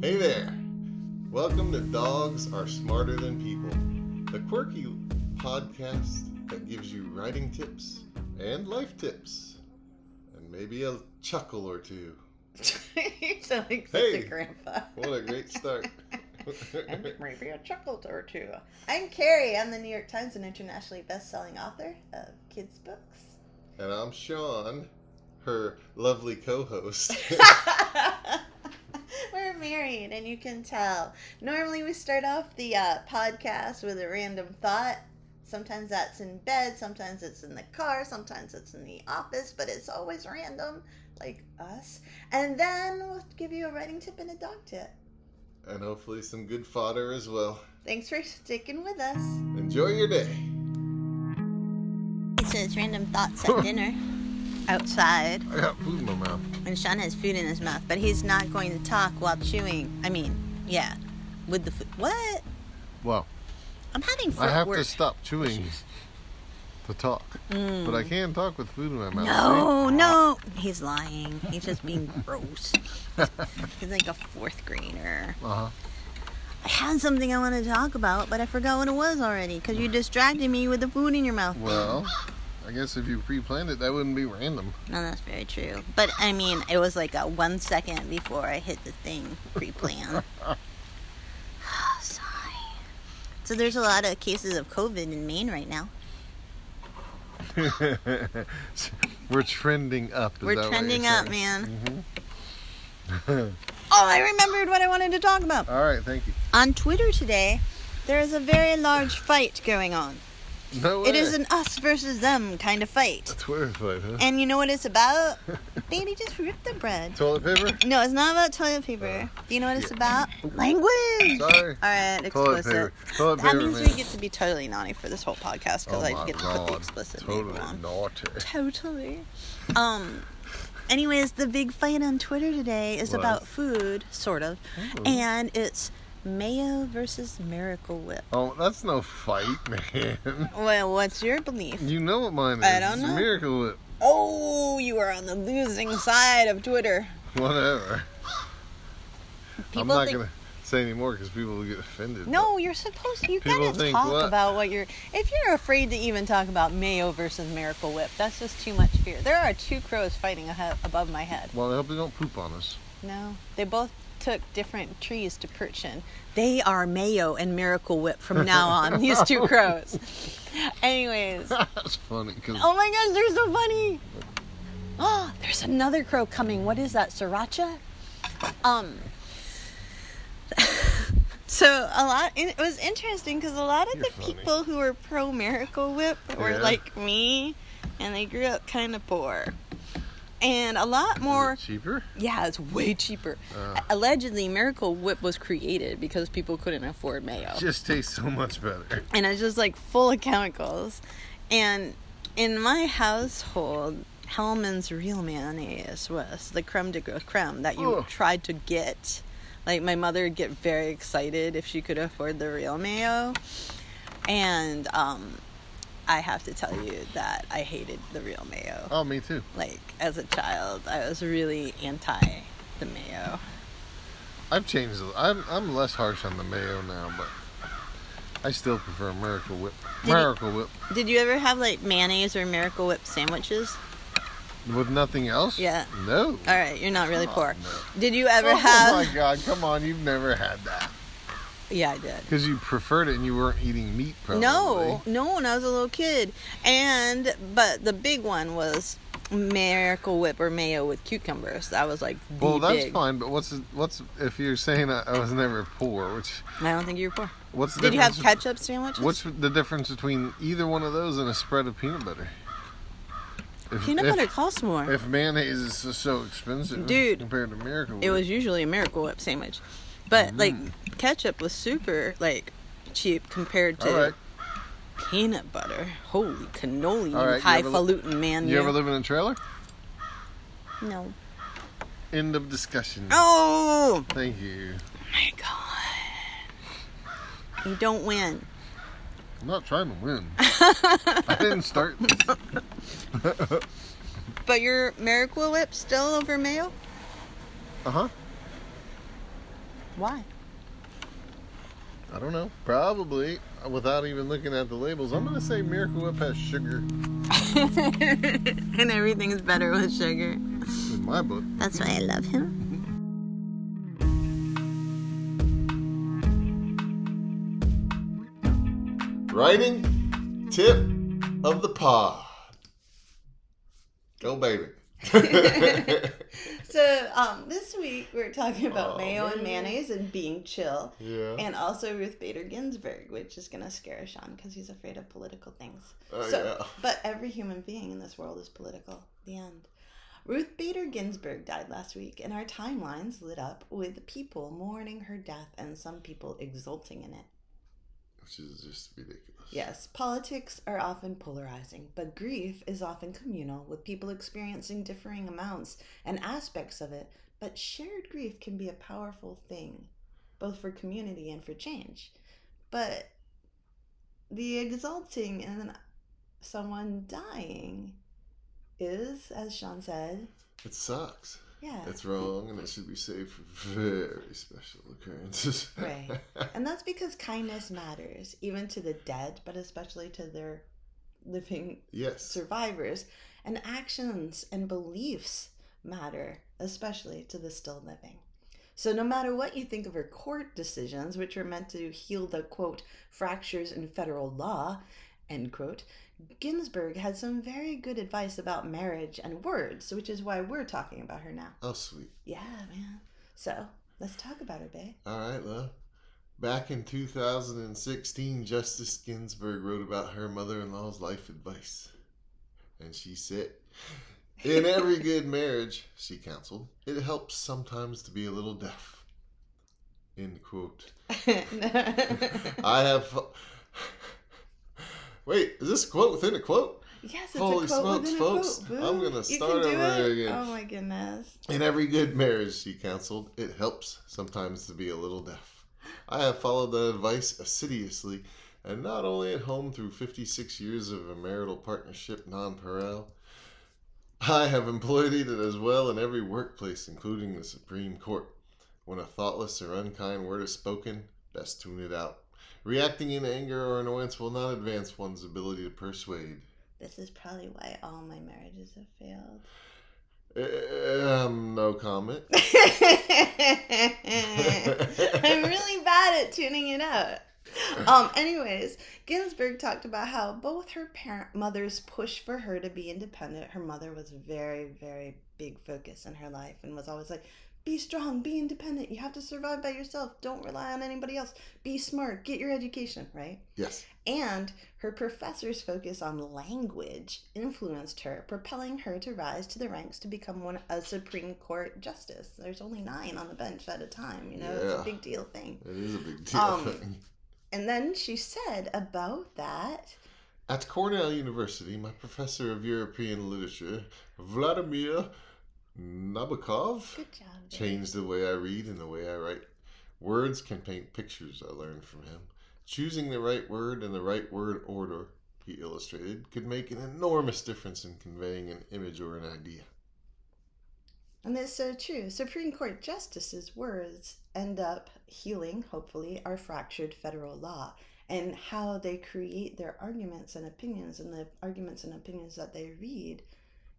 Hey there! Welcome to Dogs Are Smarter Than People, the quirky podcast that gives you writing tips and life tips, and maybe a chuckle or two. you sound like such Hey. a grandpa. What a great start! and maybe a chuckle or two. I'm Carrie. I'm the New York Times and internationally best-selling author of kids' books. and I'm Sean, her lovely co host. We're married, and you can tell. Normally, we start off the uh, podcast with a random thought. Sometimes that's in bed, sometimes it's in the car, sometimes it's in the office, but it's always random, like us. And then we'll give you a writing tip and a dog tip. and hopefully some good fodder as well. Thanks for sticking with us. Enjoy your day! It says random thoughts at dinner outside, I got food in my mouth. and Sean has food in his mouth, but he's not going to talk while chewing. I mean, yeah, with the food. What? Well, I'm having foot I have work. to stop chewing to talk, but I can talk with food in my mouth. No, no, he's lying. He's just being gross. He's like a fourth grader. Uh huh. I had something I wanted to talk about, but I forgot what it was already because you distracted me with the food in your mouth. Well, I guess if you pre-planned it, that wouldn't be random. No, that's very true. But I mean, it was like a one second before I hit the thing pre-plan. Oh, Sorry. So there's a lot of cases of COVID in Maine right now. We're trending up. is that We're what trending you're up, saying? man. oh, I remembered what I wanted to talk about. Mm-hmm. All right, thank you. On Twitter today, there is a very large fight going on. No way. It is an us versus them kind of a fight. Twitter fight, huh? And you know what it's about? Baby just ripped the bread. Toilet paper. No, it's not about toilet paper. Do you know what it's about? Language. Uh, Sorry. All right, Toilet explicit. paper. Toilet That paper, means man. we get to be totally naughty for this whole podcast because oh my I get to put god. the explicit totally label on. naughty. Totally. Um. Anyways, the big fight on Twitter today is Was. about food, sort of, Oh. and it's mayo versus Miracle Whip. Oh, that's no fight, man. Well, what's your belief? You know what mine is. I don't It's a know. miracle whip. Oh, you are on the losing side of Twitter. Whatever. People I'm not think gonna say anymore because people will get offended. No, you're supposed to. You People gotta think talk what? about what you're. If you're afraid to even talk about Mayo versus Miracle Whip, that's just too much fear. There are two crows fighting ahe- above my head. Well, I hope they don't poop on us. No, they both took different trees to perch in. They are Mayo and Miracle Whip from now on. these two crows. Anyways, That's funny because oh my gosh, they're so funny. Oh, there's another crow coming. What is that? Sriracha? Um. So a lot. It was interesting because a lot of You're the funny. people who were pro Miracle Whip were Yeah. like me, and they grew up kind of poor, and a lot more. cheaper. Yeah, it's way cheaper. Uh. Allegedly, Miracle Whip was created because people couldn't afford mayo Just tastes so much better. and it's just like full of chemicals. And in my household, Hellman's real mayonnaise was the creme de la creme that you Ugh. tried to get. Like my mother would get very excited if she could afford the real mayo, and um, I have to tell you that I hated the real mayo. Oh, me too. Like as a child, I was really anti the mayo. I've changed. a- I'm I'm less harsh on the mayo now, but I still prefer Miracle Whip. Did you- Miracle Whip Did you ever have like mayonnaise or Miracle Whip sandwiches? with nothing else. Yeah. No. All right, you're not really Come poor. on, Oh, no. Did you ever oh have? my God! Come on, you've never had that Yeah, I did. because you preferred it and you weren't eating meat. Probably. No, no, when I was a little kid, and but the big one was Miracle Whip or mayo with cucumbers. That was like the Well, that's big. fine, but what's what's if you're saying I, I was never poor? Which I don't think you were poor. what's the Did you have difference? ketchup sandwiches? What's the difference between either one of those and a spread of peanut butter? If, Peanut if- butter costs more. If mayonnaise is so- so expensive, Dude, compared to Miracle it Whip. was usually a Miracle Whip sandwich, but Mm. like ketchup was super like cheap compared to All right. peanut butter. Holy cannoli, you All right, you ever li- highfalutin man! You ever live in a trailer? no. End of discussion. Oh. Thank you. my god. You don't win. I'm not trying to win. I didn't start. this. But Uh-huh. your Miracle Whip still over mayo? Uh huh. Why? I don't know. Probably without even looking at the labels. I'm gonna say Miracle Whip has sugar and everything's better with sugar. in my book. That's why I love him. Writing tip of the pod. Go baby. So um, this week we're talking about Oh, mayo and man. mayonnaise and being chill. yeah. And also Ruth Bader Ginsburg, which is going to scare Sean because he's afraid of political things. Oh, so, yeah. But every human being in this world is political. The end. Ruth Bader Ginsburg died last week, and our timelines lit up with people mourning her death and some people exulting in it. Which is just ridiculous. Yes, politics are often polarizing, but grief is often communal, with people experiencing differing amounts and aspects of it. But shared grief can be a powerful thing, both for community and for change. But the exalting in someone dying is, as Sean said, It sucks. yeah. It's wrong and it should be saved for very special occurrences. Right. And that's because kindness matters, even to the dead, but especially to their living yes. survivors, and actions and beliefs matter, especially to the still living. So, no matter what you think of her court decisions, which were meant to heal the quote fractures in federal law, end quote, Ginsburg had some very good advice about marriage and words, which is why we're talking about her now. Oh sweet. Yeah, man. So, let's talk about her, babe. All right, love. Back in 2016, Justice Ginsburg wrote about her mother in law's life advice. And she said, In every good marriage, she counseled, it helps sometimes to be a little deaf. End quote. I have. Wait, is this a quote within a quote? yes, it's Holy a quote smokes, within folks. a quote. I'm boo. gonna You can start do over it? again. Oh my goodness. In every good marriage, she counseled, it helps sometimes to be a little deaf. I have followed that advice assiduously, and not only at home through 56 years of a marital partnership nonpareil, I have employed it as well in every workplace, including the Supreme Court. When a thoughtless or unkind word is spoken, best tune it out. Reacting in anger or annoyance will not advance one's ability to persuade. This is probably why all my marriages have failed. Eh, Um, no comment. I'm really bad at tuning it out. Um, anyways, Ginsburg talked about how both her parent mothers pushed for her to be independent. Her mother was very, very big focus in her life and was always like, be strong, be independent, you have to survive by yourself, don't rely on anybody else, be smart, get your education, right? Yes. And her professor's focus on language influenced her, propelling her to rise to the ranks to become one a Supreme Court justice. There's only nine on the bench at a time, you know, it's Yeah. a big deal thing. It is a big deal. Um, And then she said about that At Cornell University, my professor of European literature, Vladimir Nabokov, good job. babe. changed the way I read and the way I write. Words can paint pictures, I learned from him. Choosing the right word and the right word order, he illustrated, could make an enormous difference in conveying an image or an idea. And it's so true. Supreme Court justices' words end up healing, hopefully, our fractured federal law and how they create their arguments and opinions and the arguments and opinions that they read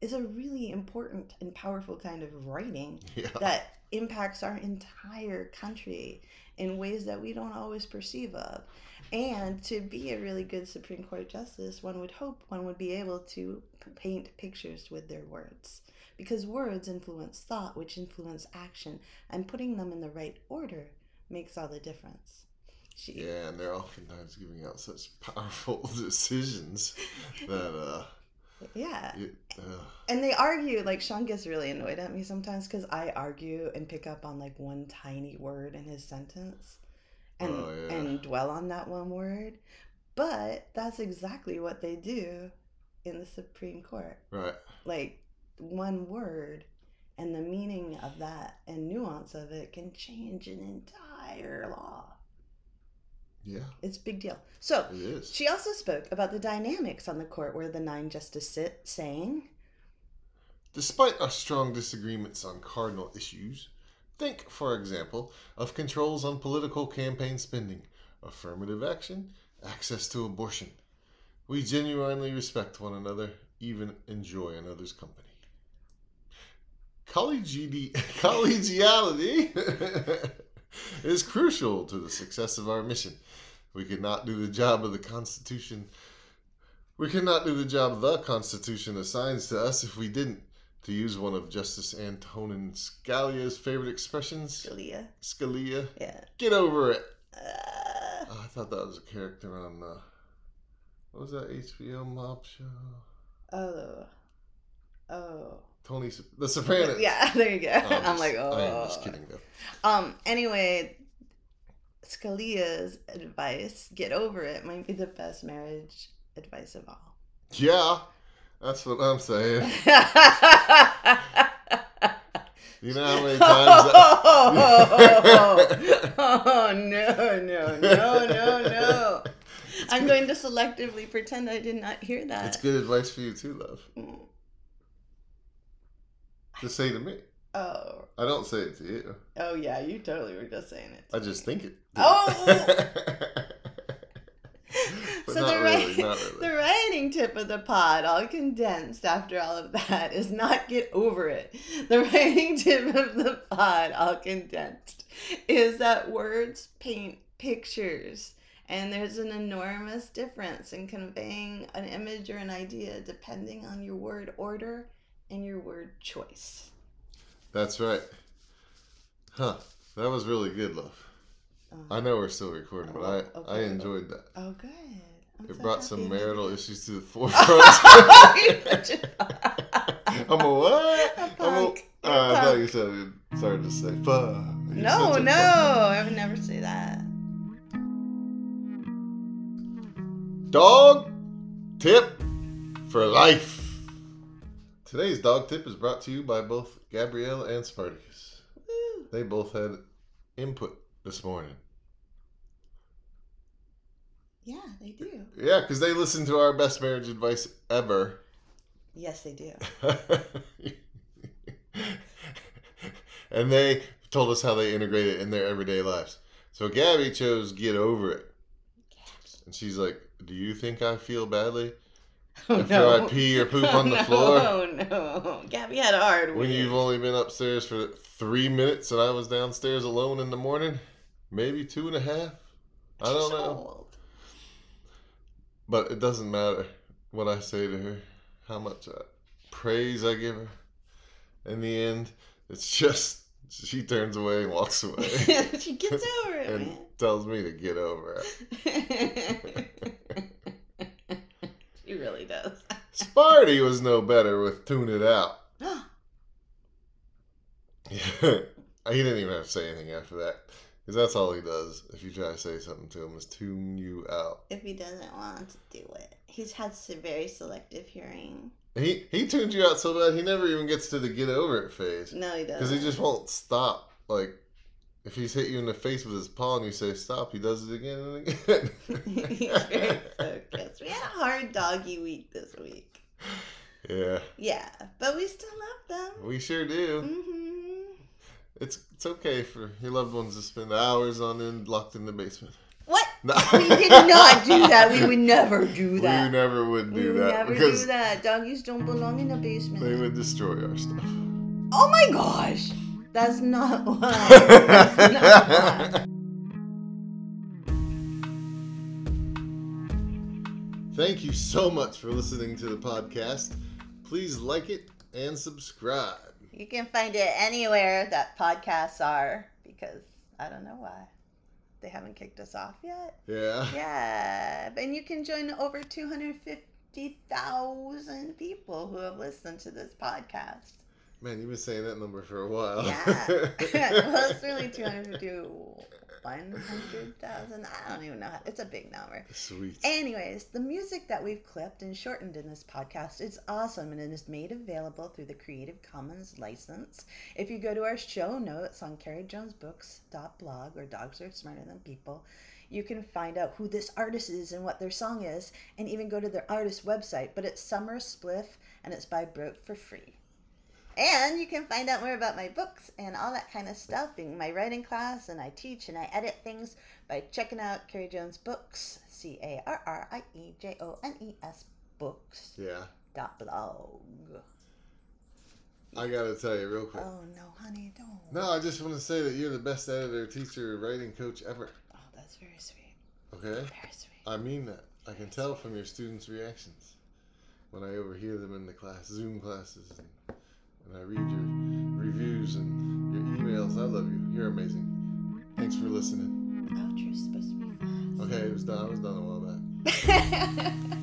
is a really important and powerful kind of writing Yeah. that impacts our entire country in ways that we don't always perceive of. And to be a really good Supreme Court justice, one would hope one would be able to p- paint pictures with their words. Because words influence thought, which influence action, and putting them in the right order makes all the difference. She, Yeah, and they're oftentimes giving out such powerful decisions that, uh, yeah. it, uh And they argue, like Sean gets really annoyed at me sometimes because I argue and pick up on like one tiny word in his sentence and Oh, yeah. and dwell on that one word. But that's exactly what they do in the Supreme Court. right. Like one word and the meaning of that and nuance of it can change an entire law. Yeah, It's a big deal. So it is. she also spoke about the dynamics on the court where the nine justices sit saying Despite our strong disagreements on cardinal issues, Think, for example, of controls on political campaign spending, affirmative action, access to abortion. We genuinely respect one another, even enjoy another's company. Collegiati- Collegiality is crucial to the success of our mission. We could not do the job of the Constitution. We could not do the job the Constitution assigns to us if we didn't. To use one of Justice Antonin Scalia's favorite expressions, Scalia. Scalia, Yeah. get over it. Uh, Oh, I thought that was a character on uh, what was that HBO mob show? oh. Oh. Tony, Sop- The Sopranos. Yeah, there you go. Oh, I'm just- like, oh. I am just kidding though. Um. Anyway, Scalia's advice, "Get over it," might be the best marriage advice of all. Yeah, that's what I'm saying. You know how many times. that- oh, no no no no no! I'm going to selectively pretend I did not hear that. It's good advice for you too, love. Mm. To say to me, Oh I don't say it to you. oh yeah, you totally were just saying it. I just think it. Oh! But so not the, really, wri- not really. the writing tip of the pod, all condensed after all of that, is not get over it. The writing tip of the pod, all condensed, is that words paint pictures. And there's an enormous difference in conveying an image or an idea depending on your word order and your word choice. That's right. Huh. That was really good, love. I know we're still recording, but I, Oh, I okay. enjoyed that. Um, Oh, good. I'm It so brought happy. some marital issues to the forefront. I'm a what? A I'm a, punk. Uh, I thought you said it started to say fuck. You're No, such a no, fuck. I would never say that. Dog tip for life. Today's dog tip is brought to you by both Gabrielle and Spartacus. Woo. They both had input this morning. Yeah, they do. Yeah, because they listened to our best marriage advice ever. Yes, they do. and they told us how they integrate it in their everyday lives. So Gabby chose get over it. And she's like, Do you think I feel badly Oh, after I pee or poop Oh, on the no. floor? Oh no, Gabby had a hard When week. you've only been upstairs for three minutes and I was downstairs alone in the morning? Maybe two and a half? I She's don't know. old. But it doesn't matter what I say to her, how much I, praise I give her. In the end, it's just she turns away and walks away she gets over it, and tells me to get over it. man. she really does. Sparty was no better with Tune It Out. he didn't even have to say anything after that. Because that's all he does if you try to say something to him is tune you out. if he doesn't want to do it, he's had se- very selective hearing. He he tunes you out so bad he never even gets to the get over it phase. No, he doesn't. Because he just won't stop. Like, if he's hit you in the face with his paw and you say stop, he does it again and again. he's very focused. We had a hard doggy week this week. yeah, Yeah, but we still love them. we sure do. hmm It's it's okay for your loved ones to spend hours on end locked in the basement. What? No. We did not do that. We would never do We that. never would We do would that never because do that. Doggies don't belong in the they basement. would destroy our stuff. Oh my gosh. That's not why. That's not why. Thank you so much for listening to the podcast. Please like it and subscribe. You can find it anywhere that podcasts are because I don't know why. They haven't kicked us off yet. Yeah. Yeah. And you can join over 250,000 people who have listened to this podcast. Man, you've been saying that number for a while. Yeah. well, it's really 250, 100,000. I don't even know. How, it's a big number. Sweet. Anyways, the music that we've clipped and shortened in this podcast is awesome and it is made available through the Creative Commons license. If you go to our show notes on carriejonesbooks.blog or Dogs Are Smarter Than People, you can find out who this artist is and what their song is and even go to their artist website, but it's Summer Spliff and it's by Broke for free. And you can find out more about my books and all that kind of stuff in my writing class, and I teach and I edit things by checking out Carrie Jones Books, C A R R I E J O N E S Books Yeah. dot blog. I gotta tell you real quick. Oh no, honey, don't. No, I just want to say that you're the best editor, teacher, writing coach ever. Oh, that's very sweet. Okay? Very sweet. I mean that. I can tell from your students' reactions when I overhear them in the class, Zoom classes, and when I read your reviews and your emails. I love you. You're amazing. Thanks for listening. Outro's supposed to be Okay, it was done. I was done a while back. fast.